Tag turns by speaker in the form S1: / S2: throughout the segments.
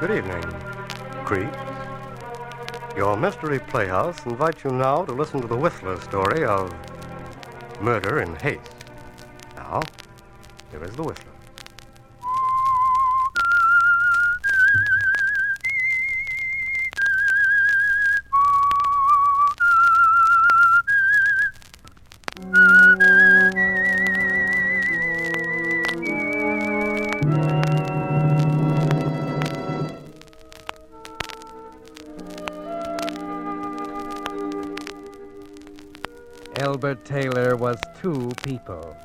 S1: Good evening, creeps. Your Mystery Playhouse invites you now to listen to the Whistler story of Murder in Haste. Now, here is the Whistler.
S2: Elbert Taylor was two people.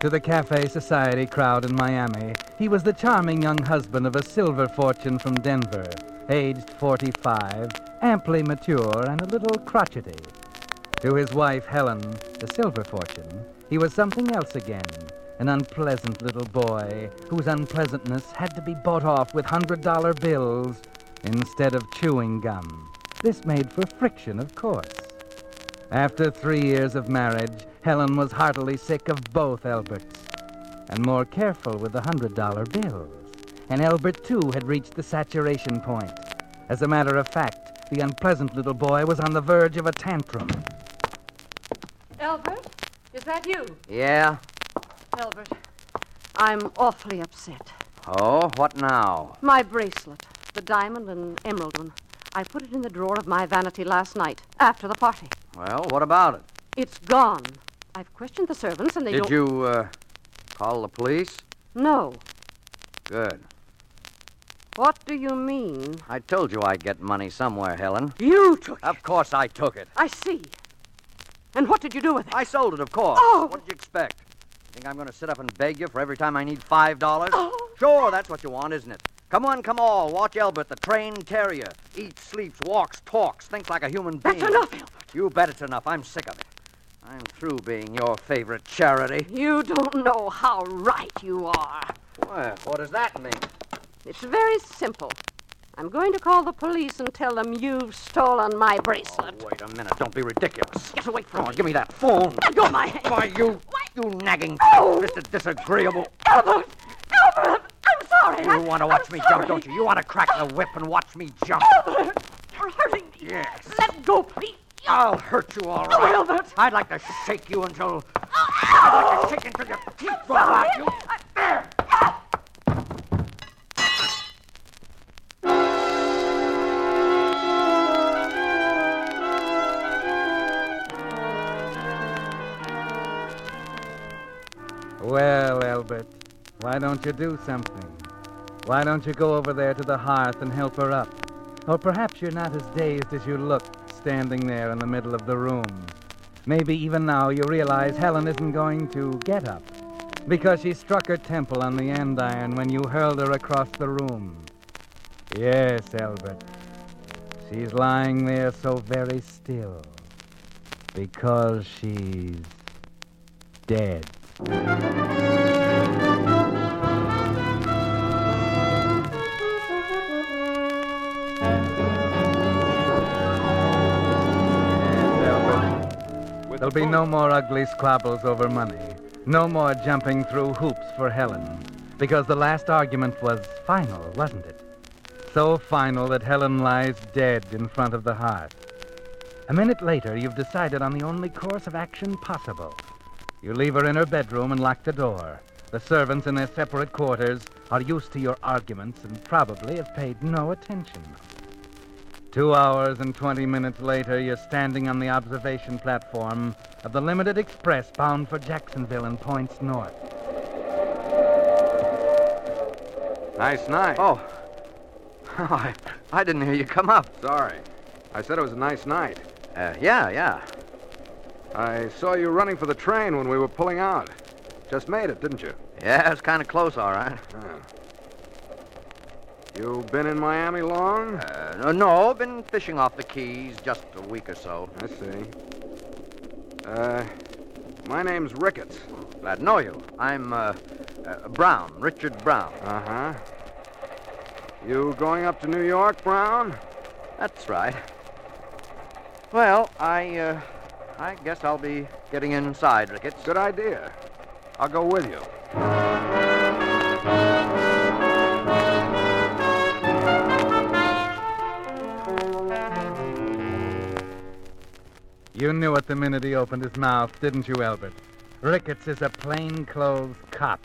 S2: To the Cafe Society crowd in Miami, he was the charming young husband of a silver fortune from Denver, aged 45, amply mature, and a little crotchety. To his wife, Helen, the silver fortune, he was something else again, an unpleasant little boy whose unpleasantness had to be bought off with $100 bills instead of chewing gum. This made for friction, of course. After three years of marriage, Helen was heartily sick of both Alberts, and more careful with the $100 bills. And Albert, too, had reached the saturation point. As a matter of fact, the unpleasant little boy was on the verge of a tantrum.
S3: Albert, is that you?
S4: Yeah?
S3: Albert, I'm awfully upset.
S4: Oh, what now?
S3: My bracelet, the diamond and emerald one. I put it in the drawer of my vanity last night after the party.
S4: Well, what about it?
S3: It's gone. I've questioned the servants and they
S4: Did
S3: don't.
S4: you uh, call the police?
S3: No.
S4: Good.
S3: What do you mean?
S4: I told you I'd get money somewhere, Helen.
S3: You took it.
S4: Of course I took it.
S3: I see. And what did you do with it?
S4: I sold it, of course.
S3: Oh!
S4: What did you expect? Think I'm going to sit up and beg you for every time I need five dollars?
S3: Oh.
S4: Sure, that's what you want, isn't it? Come one, come all. Watch Elbert, the trained terrier. Eats, sleeps, walks, talks, thinks like a human being.
S3: That's enough, Albert.
S4: You bet it's enough. I'm sick of it. I'm through being your favorite charity.
S3: You don't know how right you are.
S4: Well, what does that mean?
S3: It's very simple. I'm going to call the police and tell them you've stolen my bracelet.
S4: Wait a minute. Don't be ridiculous.
S3: Get away
S4: Come
S3: from
S4: on,
S3: me.
S4: give me that phone.
S3: Let go of my hand.
S4: Why, you, you nagging,
S3: Oh!
S4: Mr. Disagreeable.
S3: Albert! Albert! I'm sorry. I-
S4: You want to watch
S3: I'm
S4: me
S3: sorry. Oh.
S4: jump, don't you? You want to crack the whip and watch me jump.
S3: Albert! You're hurting me.
S4: Yes.
S3: Let go, please.
S4: I'll hurt you all right.
S3: Oh, Albert.
S4: I'd like to shake you until. I'd like to shake until your teeth fall out. You. There.
S2: Well, Albert, why don't you do something? Why don't you go over there to the hearth and help her up? Or perhaps you're not as dazed as you look standing there in the middle of the room. Maybe even now you realize Helen isn't going to get up because she struck her temple on the andiron when you hurled her across the room. Yes, Albert. She's lying there so very still because she's dead. There'll be no more ugly squabbles over money. No more jumping through hoops for Helen. Because the last argument was final, wasn't it? So final that Helen lies dead in front of the hearth. A minute later, you've decided on the only course of action possible. You leave her in her bedroom and lock the door. The servants in their separate quarters are used to your arguments and probably have paid no attention. Two hours and 20 minutes later, you're standing on the observation platform of the Limited Express bound for Jacksonville and points north.
S5: Nice night.
S4: Oh. I, I didn't hear you come up.
S5: Sorry. I said it was a nice night.
S4: Uh, yeah, yeah.
S5: I saw you running for the train when we were pulling out. Just made it, didn't you?
S4: Yeah, it's kind of close, all right.
S5: You been in Miami long?
S4: Uh, no, no, been fishing off the Keys just a week or so.
S5: I see. Uh, my name's Ricketts.
S4: Glad to know you. I'm uh, uh, Brown, Richard Brown.
S5: Uh huh. You going up to New York, Brown?
S4: That's right. Well, I, uh, I guess I'll be getting inside, Ricketts.
S5: Good idea. I'll go with you.
S2: You knew it the minute he opened his mouth, didn't you, Albert? Ricketts is a plainclothes cop.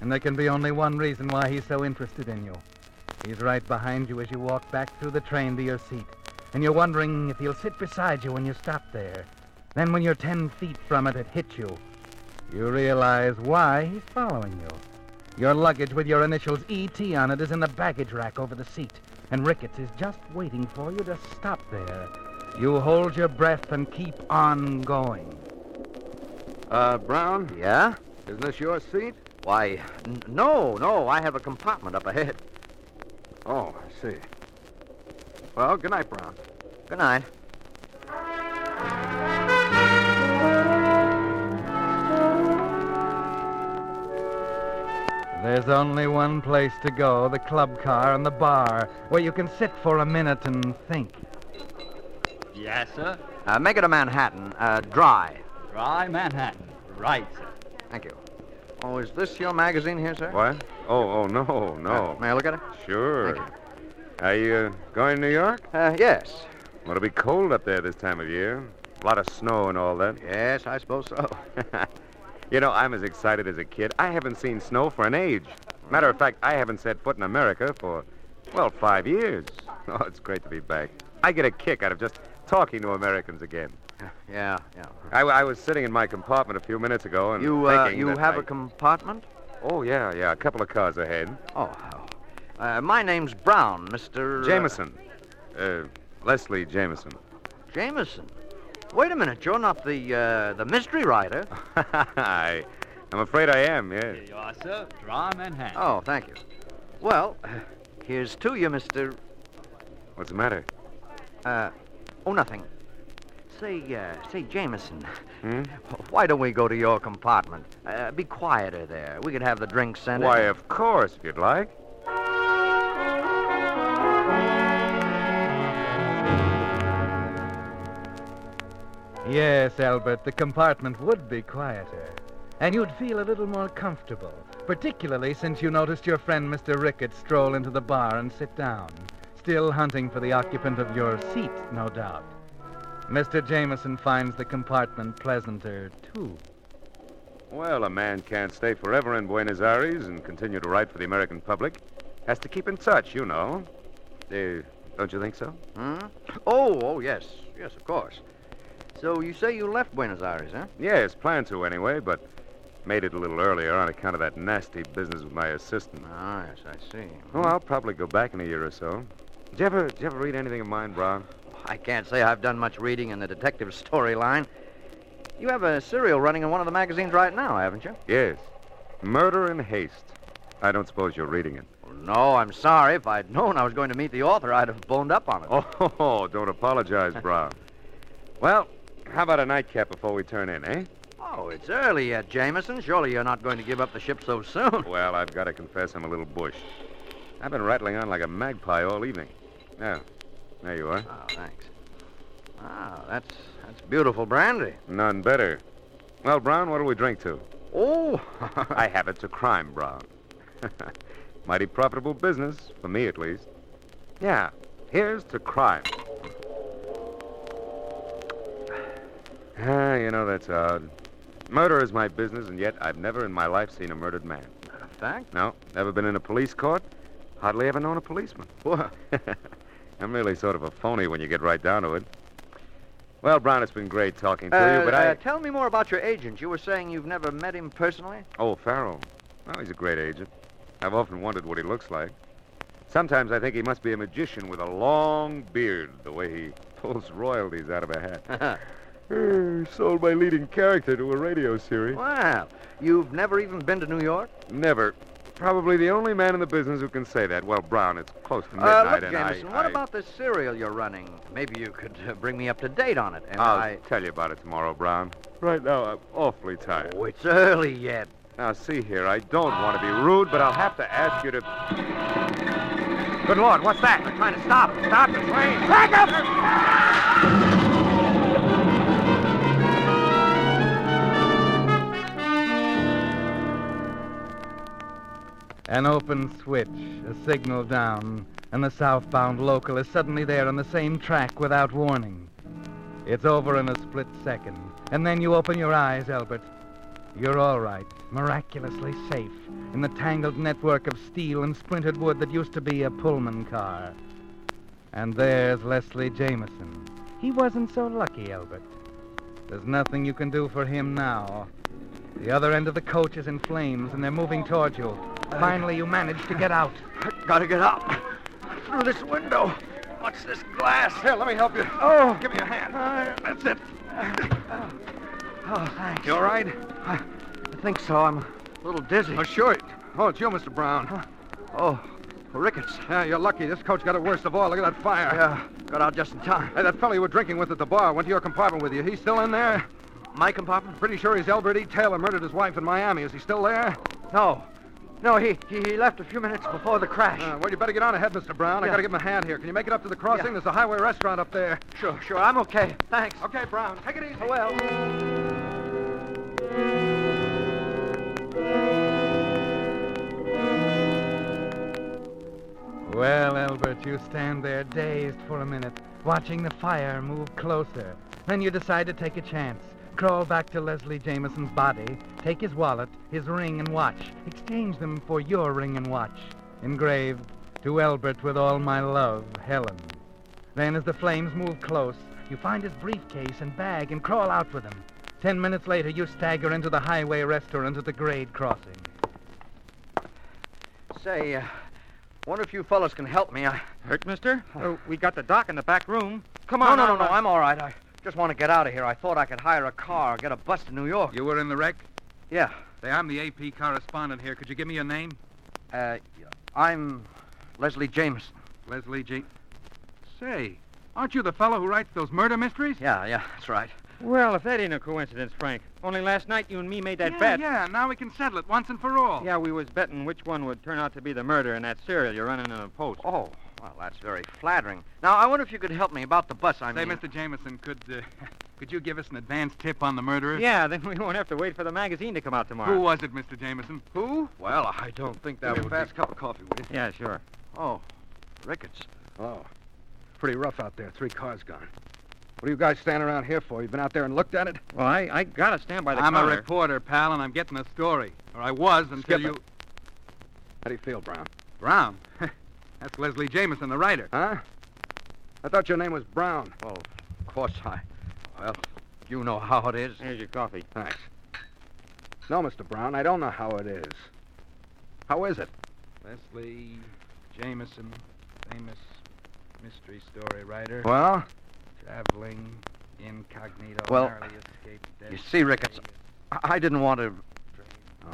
S2: And there can be only one reason why he's so interested in you. He's right behind you as you walk back through the train to your seat. And you're wondering if he'll sit beside you when you stop there. Then when you're ten feet from it, it hits you. You realize why he's following you. Your luggage with your initials E.T. on it is in the baggage rack over the seat, and Ricketts is just waiting for you to stop there. You hold your breath and keep on going.
S5: Uh, Brown,
S4: Yeah?
S5: isn't this your seat?
S4: Why, n- no, no, I have a compartment up ahead.
S5: Oh, I see. Well, good night, Brown.
S4: Good night.
S2: There's only one place to go the club car and the bar, where you can sit for a minute and think.
S6: Yes, sir.
S4: Uh, make it a Manhattan, uh, dry.
S6: Dry Manhattan. Right, sir.
S4: Thank you. Oh, is this your magazine here, sir?
S5: What? Oh, oh, no,
S4: Uh,
S5: no.
S4: may I look at it?
S5: Sure.
S4: Thank
S5: Are you uh, going to New York?
S4: Uh, yes.
S5: Well, it'll be cold up there this time of year. A lot of snow and all that.
S4: Yes, I suppose so.
S5: you know, I'm as excited as a kid. I haven't seen snow for an age. Matter of fact, I haven't set foot in America for, well, five years. Oh, it's great to be back. I get a kick out of just talking to Americans again.
S4: yeah, yeah.
S5: I, w- I was sitting in my compartment a few minutes ago and
S4: You, uh,
S5: thinking
S4: you
S5: that
S4: have
S5: I-
S4: a compartment?
S5: Oh yeah, yeah, a couple of cars ahead.
S4: Oh, uh, my name's Brown, Mr. uh,
S5: Jameson, uh, Leslie Jameson.
S4: Jameson. Wait a minute, you're not the uh, the mystery writer.
S5: I, I'm afraid I am. Yes.
S6: Here you are, sir. Dry Manhattan.
S4: Oh, thank you. Well, here's to you, Mr.
S5: What's the matter?
S4: Uh, oh, nothing. Say, uh, say, Jameson,
S5: Hmm?
S4: why don't we go to your compartment? Uh, be quieter there. We could have the drinks sent. in.
S5: Why, of course, if you'd like.
S2: Yes, Albert, the compartment would be quieter. And you'd feel a little more comfortable, particularly since you noticed your friend Mr. Ricketts stroll into the bar and sit down, still hunting for the occupant of your seat, no doubt. Mr. Jameson finds the compartment pleasanter, too.
S5: Well, a man can't stay forever in Buenos Aires and continue to write for the American public. Has to keep in touch, you know. Uh, don't you think so?
S4: Hmm? Oh, oh, yes, yes, of course. So you say you left Buenos Aires, huh?
S5: Yes, planned to anyway, but made it a little earlier on account of that nasty business with my assistant.
S4: Ah, yes, I see.
S5: Oh, I'll probably go back in a year or so. Did you ever, did you ever read anything of mine, Brown?
S4: I can't say I've done much reading in the detective storyline. You have a serial running in one of the magazines right now, haven't you?
S5: Yes. Murder in Haste. I don't suppose you're reading it.
S4: Well, no, I'm sorry. If I'd known I was going to meet the author, I'd have boned up on it.
S5: Oh, don't apologize, Brown. well, how about a nightcap before we turn in, eh?
S4: Oh, Oh, it's early yet, Jameson. Surely you're not going to give up the ship so soon.
S5: Well, I've got to confess I'm a little bush. I've been rattling on like a magpie all evening. Now, there you are.
S4: Oh, thanks. Ah, that's that's beautiful brandy.
S5: None better. Well, Brown, what'll we drink to?
S4: Oh,
S5: I have it to crime, Brown. Mighty profitable business, for me at least. Yeah, here's to crime. Ah, you know, that's odd. Murder is my business, and yet I've never in my life seen a murdered man.
S4: thanks.
S5: No, never been in a police court. Hardly ever known a policeman. Whoa. I'm really sort of a phony when you get right down to it. Well, Brown, it's been great talking to
S2: Uh,
S5: you, but I.
S4: Uh, tell me more about your agent. You were saying you've never met him personally.
S5: Oh, Farrell. Well, he's a great agent. I've often wondered what he looks like. Sometimes I think he must be a magician with a long beard, the way he pulls royalties out of a hat. Er, Sold my leading character to a radio series.
S4: Wow, you've never even been to New York.
S5: Never. Probably the only man in the business who can say that. Well, Brown, it's close to midnight,
S4: uh, look,
S5: and
S4: Jameson,
S5: I.
S4: what
S5: I-
S4: about this serial you're running? Maybe you could uh, bring me up to date on it. And
S5: I'll
S4: I...
S5: tell you about it tomorrow, Brown. Right now, I'm awfully tired.
S4: Oh, it's early yet.
S5: Now, see here, I don't want to be rude, but I'll have to ask you to. Good Lord, what's that? They're trying to stop. Stop the train. Back up!
S2: An open switch, a signal down, and the southbound local is suddenly there on the same track without warning. It's over in a split second, and then you open your eyes, Albert. You're all right, miraculously safe, in the tangled network of steel and splintered wood that used to be a Pullman car. And there's Leslie Jameson. He wasn't so lucky, Albert. There's nothing you can do for him now. The other end of the coach is in flames, and they're moving towards you. Finally, you manage to get out.
S4: Gotta get up through this window. What's this glass?
S5: Here, let me help you.
S4: Oh,
S5: Give me a hand.
S4: that's it. Oh, thanks.
S5: You all right?
S4: I I think so. I'm a little dizzy.
S5: Oh, sure. Oh, it's you, Mr. Brown.
S4: Oh, rickets.
S5: Yeah, you're lucky. This coach got it worst of all. Look at that fire.
S4: Yeah, got out just in time.
S5: Hey, that fellow you were drinking with at the bar went to your compartment with you. He's still in there?
S4: My compartment?
S5: Pretty sure he's Albert E. Taylor murdered his wife in Miami. Is he still there?
S4: No. No, he, he, he left a few minutes before the crash.
S5: Uh, well, you better get on ahead, Mr. Brown. I
S4: Yeah.
S5: gotta give him a hand here. Can you make it up to the crossing?
S4: Yeah.
S5: There's a highway restaurant up there.
S4: sure, sure. I'm okay. Thanks.
S5: Okay, Brown. Take it easy.
S2: Oh,
S4: Well.
S2: Well, Albert, you stand there dazed for a minute, watching the fire move closer. Then you decide to take a chance. Crawl back to Leslie Jameson's body, take his wallet, his ring, and watch. Exchange them for your ring and watch. Engraved, to Albert with all my love, Helen. Then, as the flames move close, you find his briefcase and bag and crawl out with him. Ten minutes later, you stagger into the highway restaurant at the grade crossing.
S4: Say, uh, wonder if you fellas can help me. I...
S7: Hurt, mister? Oh, we got the doc in the back room. Come
S4: No,
S7: on.
S4: no, no,
S7: out
S4: no.
S7: on-
S4: I'm all right. I just want to get out of here. I thought I could hire a car or get a bus to New York.
S7: You were in the wreck?
S4: Yeah.
S7: Say, I'm the AP correspondent here. Could you give me your name?
S4: Uh, I'm Leslie Jameson.
S7: Leslie G. Say, aren't you the fellow who writes those murder mysteries?
S4: Yeah, yeah, that's right.
S7: Well, if that ain't a coincidence, Frank. Only last night you and me made that
S6: yeah,
S7: bet.
S6: Yeah, now we can settle it once and for all.
S7: Yeah, we was betting which one would turn out to be the murder in that serial you're running in a post.
S4: Oh, well, that's very flattering. Now, I wonder if you could help me about the bus I
S6: Say,
S4: mean.
S6: Mr. Jameson, could uh, could you give us an advance tip on the murderer?
S7: Yeah, then we won't have to wait for the magazine to come out tomorrow.
S6: Who was it, Mr. Jameson? Who?
S4: Well, I don't think that
S6: Give me
S4: would
S6: a
S4: fast cup of coffee, would
S7: Yeah, sure.
S4: you? Oh, Ricketts.
S5: Oh. Pretty rough out there. Three cars gone. What are you guys standing around here for? You've been out there and looked at it?
S7: Well, I, I gotta stand by the
S6: I'm
S7: car.
S6: a reporter, pal, and I'm getting a story. Or I was until
S5: Skip
S6: you.
S5: it. How do you feel, Brown?
S6: Brown. That's Leslie Jameson, the writer.
S5: Huh? I thought your name was Brown.
S4: Well, of course I. Well, you know how it is.
S7: Here's your coffee.
S5: Thanks. No, Mr. Brown, I don't know how it is. How is it?
S6: Leslie Jameson, famous mystery story writer,
S5: Well,
S6: traveling incognito,
S4: Well,
S6: narrowly escaped death.
S4: You see, Ricketts, I, I didn't want to.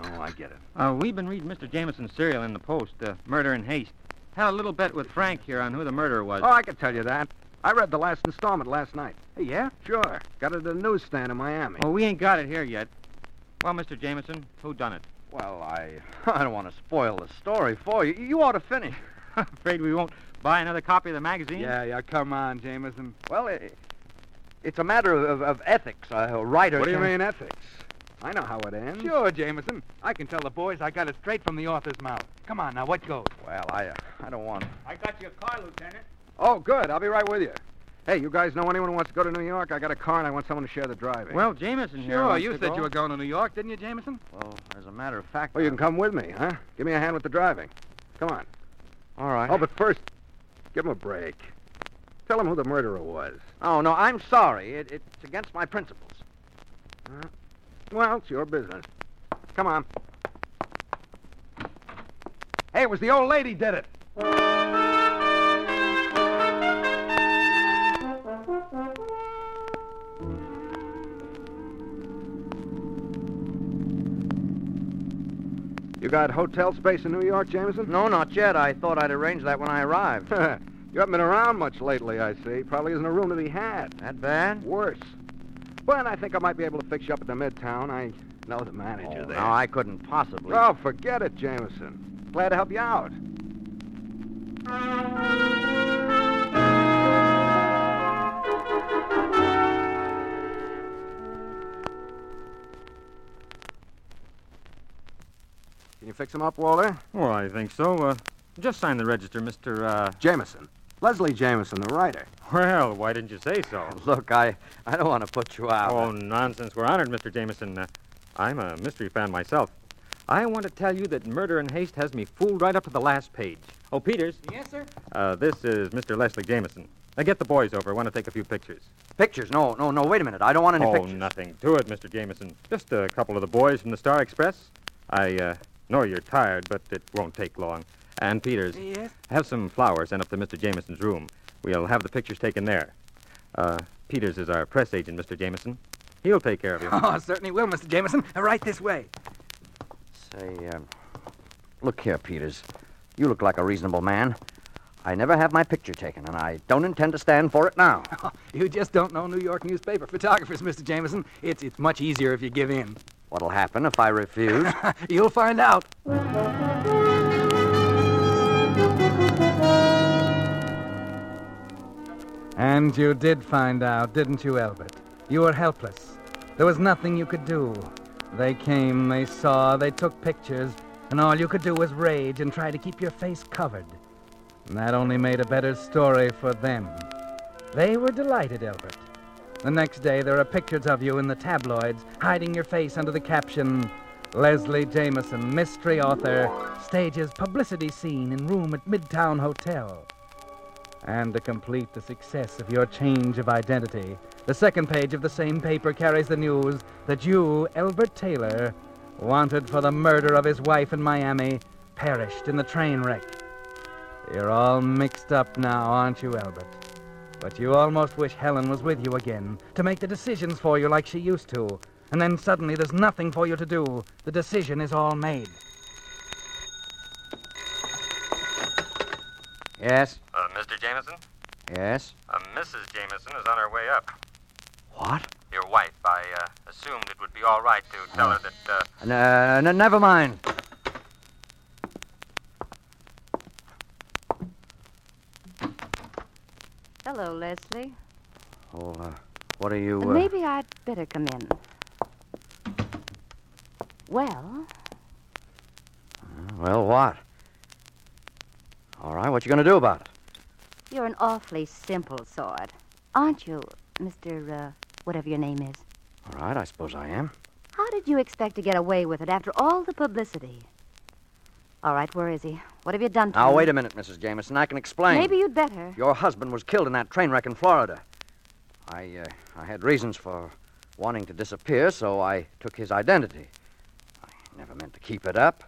S5: oh, I get it.
S7: Uh, we've been reading Mr. Jameson's serial in the Post, uh, Murder in Haste. Had a little bet with Frank here on who the murderer was.
S5: Oh, I can tell you that. I read the last installment last night.
S7: yeah?
S5: Sure. Got it at a newsstand in Miami.
S4: Oh.
S7: Well, we ain't got it here yet.
S5: Well, Mr. Jameson, who done it?
S4: Well, I, I don't want to spoil the story for you. You ought to finish.
S5: Afraid we won't buy another copy of the magazine?
S8: Yeah, yeah, come on, Jameson.
S4: Well, it, it's a matter of, of ethics. A writer.
S8: What do you
S4: can-
S8: mean, ethics? I know how it ends.
S4: Sure,
S8: Jameson. I can tell the boys I got it straight from the author's mouth. Come on, now, what goes?
S4: Well, I, uh, I don't want.
S5: I got your car, Lieutenant.
S8: Oh, good. I'll be right with you. Hey, you guys know anyone who wants to go to New York? I got a car and I want someone to share the driving.
S5: Well, Jameson here.
S8: sure.
S5: wants
S8: You
S5: to
S8: said
S5: go.
S8: you were going to New York, didn't you, Jameson?
S4: Well, as a matter of fact.
S8: Well, you can come with me, huh? Give me a hand with the driving. Come on.
S4: All right.
S8: Oh, but first, give him a break. Tell him who the murderer was.
S4: Oh no, I'm sorry. It, it's against my principles.
S8: Well, it's your business. Come on. Hey, it was the old lady did it. You got hotel space in New York, Jameson?
S4: No, not yet. I thought I'd arrange that when I arrived.
S8: you haven't been around much lately, I see. Probably isn't a room to be had.
S4: that bad?
S8: Worse. But I think I might be able to fix you up at the Midtown. I know the manager
S4: Oh,
S8: there.
S4: no, I couldn't possibly.
S8: Oh, forget it, Jameson. Glad to help you out. Can you fix him up, Walter?
S5: Well, I think so. Uh, just sign the register, Mr. Uh...
S8: Jameson. Leslie Jameson, the writer.
S5: Well, why didn't you say so?
S4: Look, I, I don't want to put you out.
S5: Oh, nonsense. We're honored, Mr. Jameson. Uh, I'm a mystery fan myself. I want to tell you that Murder in Haste has me fooled right up to the last page. Oh, Peters. Yes, sir? Uh, this is Mr. Leslie Jameson. Now get the boys over. I want to take a few pictures.
S4: Pictures? No, no, no. Wait a minute. I don't want any
S5: oh,
S4: pictures.
S5: nothing to it, Mr. Jameson. Just a couple of the boys from the Star Express. I uh, know you're tired, but it won't take long. And Peters,
S8: Yes?
S5: have some flowers sent up to Mr. Jameson's room. We'll have the pictures taken there. Uh, Peters is our press agent, Mr. Jameson. He'll take care of you.
S8: Oh, certainly will, Mr. Jameson. Right this way.
S4: Say, um, look here, Peters. You look like a reasonable man. I never have my picture taken, and I don't intend to stand for it now.
S8: You just don't know New York newspaper photographers, Mr. Jameson. It's, it's much easier if you give in.
S4: What'll happen if I refuse?
S8: You'll find out.
S2: And you did find out, didn't you, Albert? You were helpless. There was nothing you could do. They came, they saw, they took pictures, and all you could do was rage and try to keep your face covered. And that only made a better story for them. They were delighted, Albert. The next day, there are pictures of you in the tabloids, hiding your face under the caption Leslie Jameson, mystery author, stages publicity scene in room at Midtown Hotel. And to complete the success of your change of identity, the second page of the same paper carries the news that you, Elbert Taylor, wanted for the murder of his wife in Miami, perished in the train wreck. You're all mixed up now, aren't you, Elbert? But you almost wish Helen was with you again to make the decisions for you like she used to. And then suddenly there's nothing for you to do. The decision is all made.
S4: yes,
S5: Uh, Mr. Jameson?
S4: yes.
S5: Uh, Mrs. Jameson is on her way up.
S4: What?
S5: Your wife, I uh, assumed it would be all right to tell her that. Uh...
S4: N- uh, n- never mind.
S3: Hello, Leslie.
S4: Oh, uh, what are you? Uh,
S3: Maybe I'd better come in. Well,
S4: Well, what? All right. What you gonna do about it?
S3: you're an awfully simple sort, aren't you, Mr. Uh, whatever your name is?
S4: All right. I suppose I am.
S3: How did you expect to get away with it after all the publicity? All right, where is he? What have you done to
S4: Now
S3: him?
S4: wait a minute, Mrs. Jameson. I can explain.
S3: Maybe you'd better.
S4: Your husband was killed in that train wreck in Florida. I, uh, I had reasons for wanting to disappear, so I took his identity. I never meant to keep it up.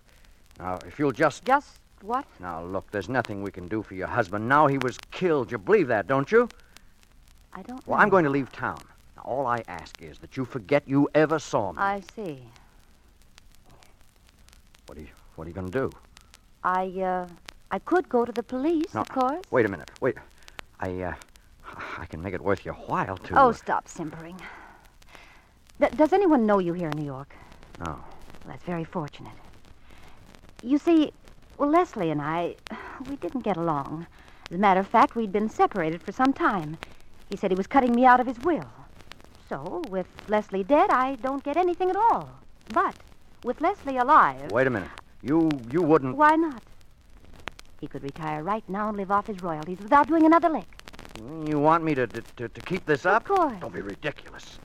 S4: Now, if you'll just.
S3: Just what?
S4: Now, look, there's nothing we can do for your husband. Now he was killed. You believe that, don't you?
S3: I don't.
S4: Well,
S3: know.
S4: I'm going to leave town. Now, all I ask is that you forget you ever saw me.
S3: I see.
S4: What are you, what are you going to do?
S3: I uh, I could go to the police,
S4: No,
S3: of course.
S4: Wait a minute. Wait. I, uh, I can make it worth your while to. uh,
S3: Oh, stop simpering. Th- does anyone know you here in New York?
S4: No.
S9: Well, that's very fortunate. You see, well, Leslie and I, we didn't get along. As a matter of fact, we'd been separated for some time. He said he was cutting me out of his will. So, with Leslie dead, I don't get anything at all. But with Leslie alive,
S4: Wait a minute. You you wouldn't.
S9: why not? He could retire right now and live off his royalties without doing another lick.
S4: You want me to, to, to, to keep this up?
S9: Of course.
S4: Don't be ridiculous.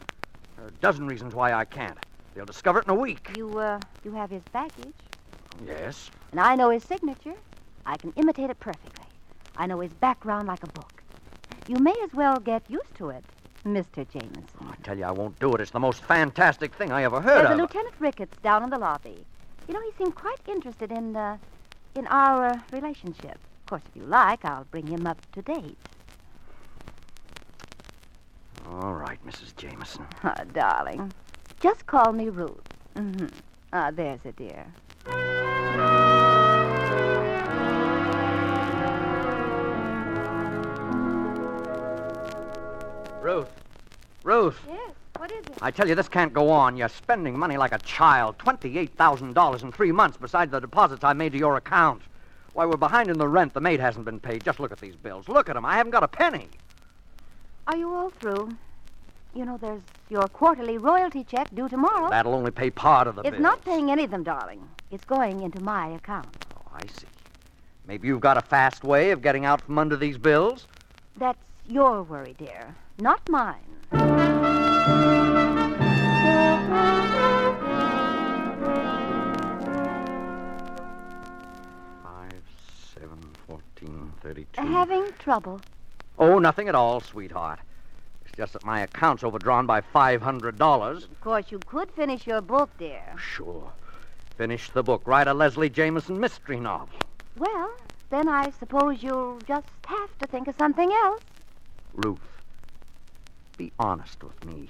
S4: There are a dozen reasons why I can't. They'll discover it in a week.
S9: You, uh, you have his package,
S4: Yes.
S9: and I know his signature. I can imitate it perfectly. I know his background like a book. You may as well get used to it, Mr. Jameson.
S4: I tell you, I won't do it. It's the most fantastic thing I ever heard
S9: There's a
S4: of.
S9: Lieutenant Ricketts down in the lobby. You know, he seemed quite interested in, uh, in our uh, relationship. Of course, if you like, I'll bring him up to date.
S4: All right, Mrs. Jameson.
S9: Ah, darling. Just call me Ruth. Mm-hmm. Ah, there's a dear.
S4: Ruth. Ruth.
S9: Yes, what is it?
S4: I tell you, this can't go on. You're spending money like a child. $28,000 in three months, besides the deposits I made to your account. Why, we're behind in the rent. The maid hasn't been paid. Just look at these bills. Look at them. I haven't got a penny.
S9: Are you all through? You know, there's your quarterly royalty check due tomorrow.
S4: That'll only pay part of the
S9: Oh. it's
S4: bills.
S9: not paying any of them, darling. It's going into my account.
S4: Oh, I see. Maybe you've got a fast way of getting out from under these bills.
S9: That's your worry, dear, not mine.
S4: Five, seven, fourteen, thirty-two.
S9: Having trouble.
S4: Oh, nothing at all, sweetheart. It's just that my account's overdrawn by five hundred dollars.
S9: Of course, you could finish your book, dear.
S4: Sure. Finish the book. Write a Leslie Jameson mystery novel.
S9: Well, then I suppose you'll just have to think of something else.
S4: Ruth, be honest with me.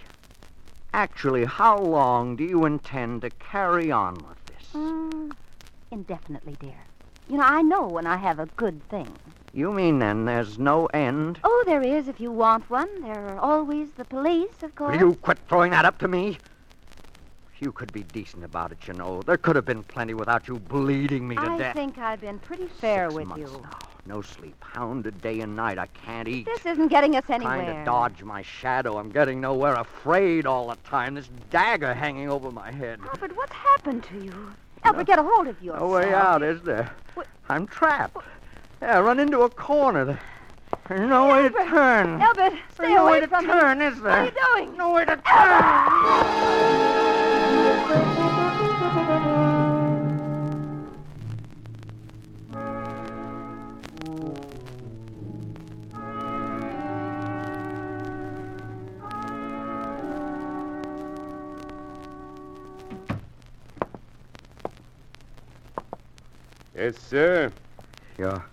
S4: Actually, how long do you intend to carry on with this?
S9: Mm, indefinitely, dear. You know, I know when I have a good thing.
S4: You mean then there's no end?
S9: Oh, there is, if you want one. There are always the police, of course.
S4: Will you quit throwing that up to me? If You could be decent about it, you know. There could have been plenty without you bleeding me to
S9: I
S4: death.
S9: think I've been pretty fair
S4: Six
S9: with
S4: months
S9: you.
S4: Now. No sleep, hounded day and night. I can't eat.
S9: This isn't getting us anywhere.
S4: Trying to dodge my shadow. I'm getting nowhere. Afraid all the time. This dagger hanging over my head.
S9: Alfred, what's happened to you? Alfred, get a hold of yourself.
S4: No Oh, way out, is there?
S9: What-
S4: I'm trapped. Yeah, I run into a corner. There's no way to
S9: Albert,
S4: turn.
S9: Albert, stay
S4: There's no
S9: away
S4: way to
S9: from me.
S4: turn, is
S9: What are
S4: there?
S9: you doing?
S4: No way to turn.
S5: Yes, sir.
S4: You're,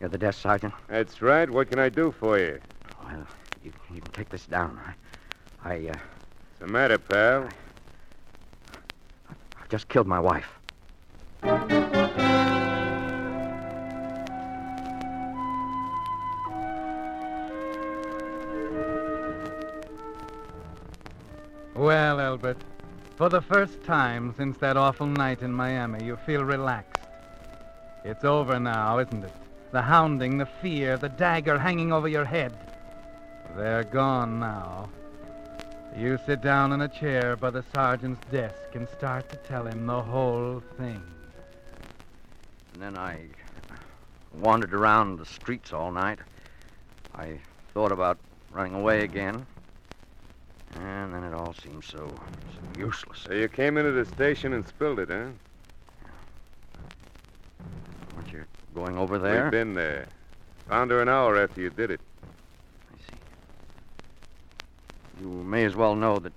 S4: you're the desk sergeant.
S5: That's right. What can I do for you?
S4: Well, you, you can take this down. I, I, uh,
S5: What's the matter, pal?
S4: I just killed my wife.
S2: Well, Albert, for the first time since that awful night in Miami, you feel relaxed. It's over now, isn't it? The hounding, the fear, the dagger hanging over your head. They're gone now. You sit down in a chair by the sergeant's desk and start to tell him the whole thing.
S4: And then I wandered around the streets all night. I thought about running away again. And then it all seemed so, so useless.
S5: So you came into the station and spilled it, huh?
S4: Weren't you going over there?
S5: We've been there. Found her an hour after you did it.
S4: I see. You may as well know that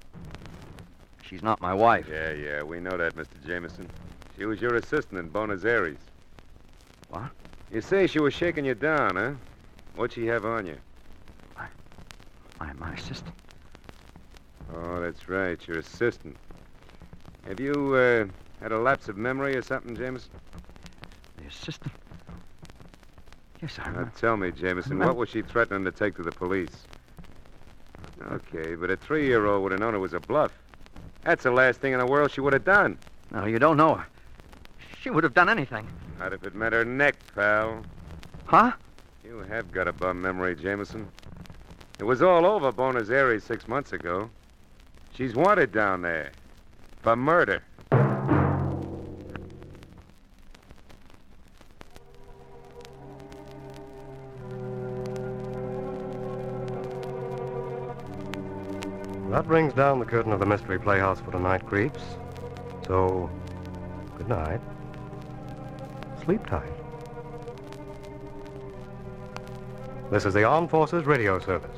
S4: she's not my wife.
S5: Yeah, yeah, we know that, Mr. Jameson. She was your assistant in Buenos Aires.
S4: What?
S5: You say she was shaking you down, huh? What'd she have on you?
S4: My, my assistant.
S5: Oh, that's right, your assistant. Have you, uh, had a lapse of memory or something, Jameson?
S4: The assistant? Yes, I
S5: Now,
S4: remember.
S5: tell me, Jameson, what was she threatening to take to the police? Okay, but a three-year-old would have known it was a bluff. That's the last thing in the world she would have done.
S4: No, you don't know her. She would have done anything.
S5: Not if it meant her neck, pal.
S4: Huh?
S5: You have got a bum memory, Jameson. It was all over Buenos Aires six months ago. She's wanted down there for murder.
S1: That brings down the curtain of the Mystery Playhouse for tonight, creeps. So, good night. Sleep tight. This is the Armed Forces Radio Service.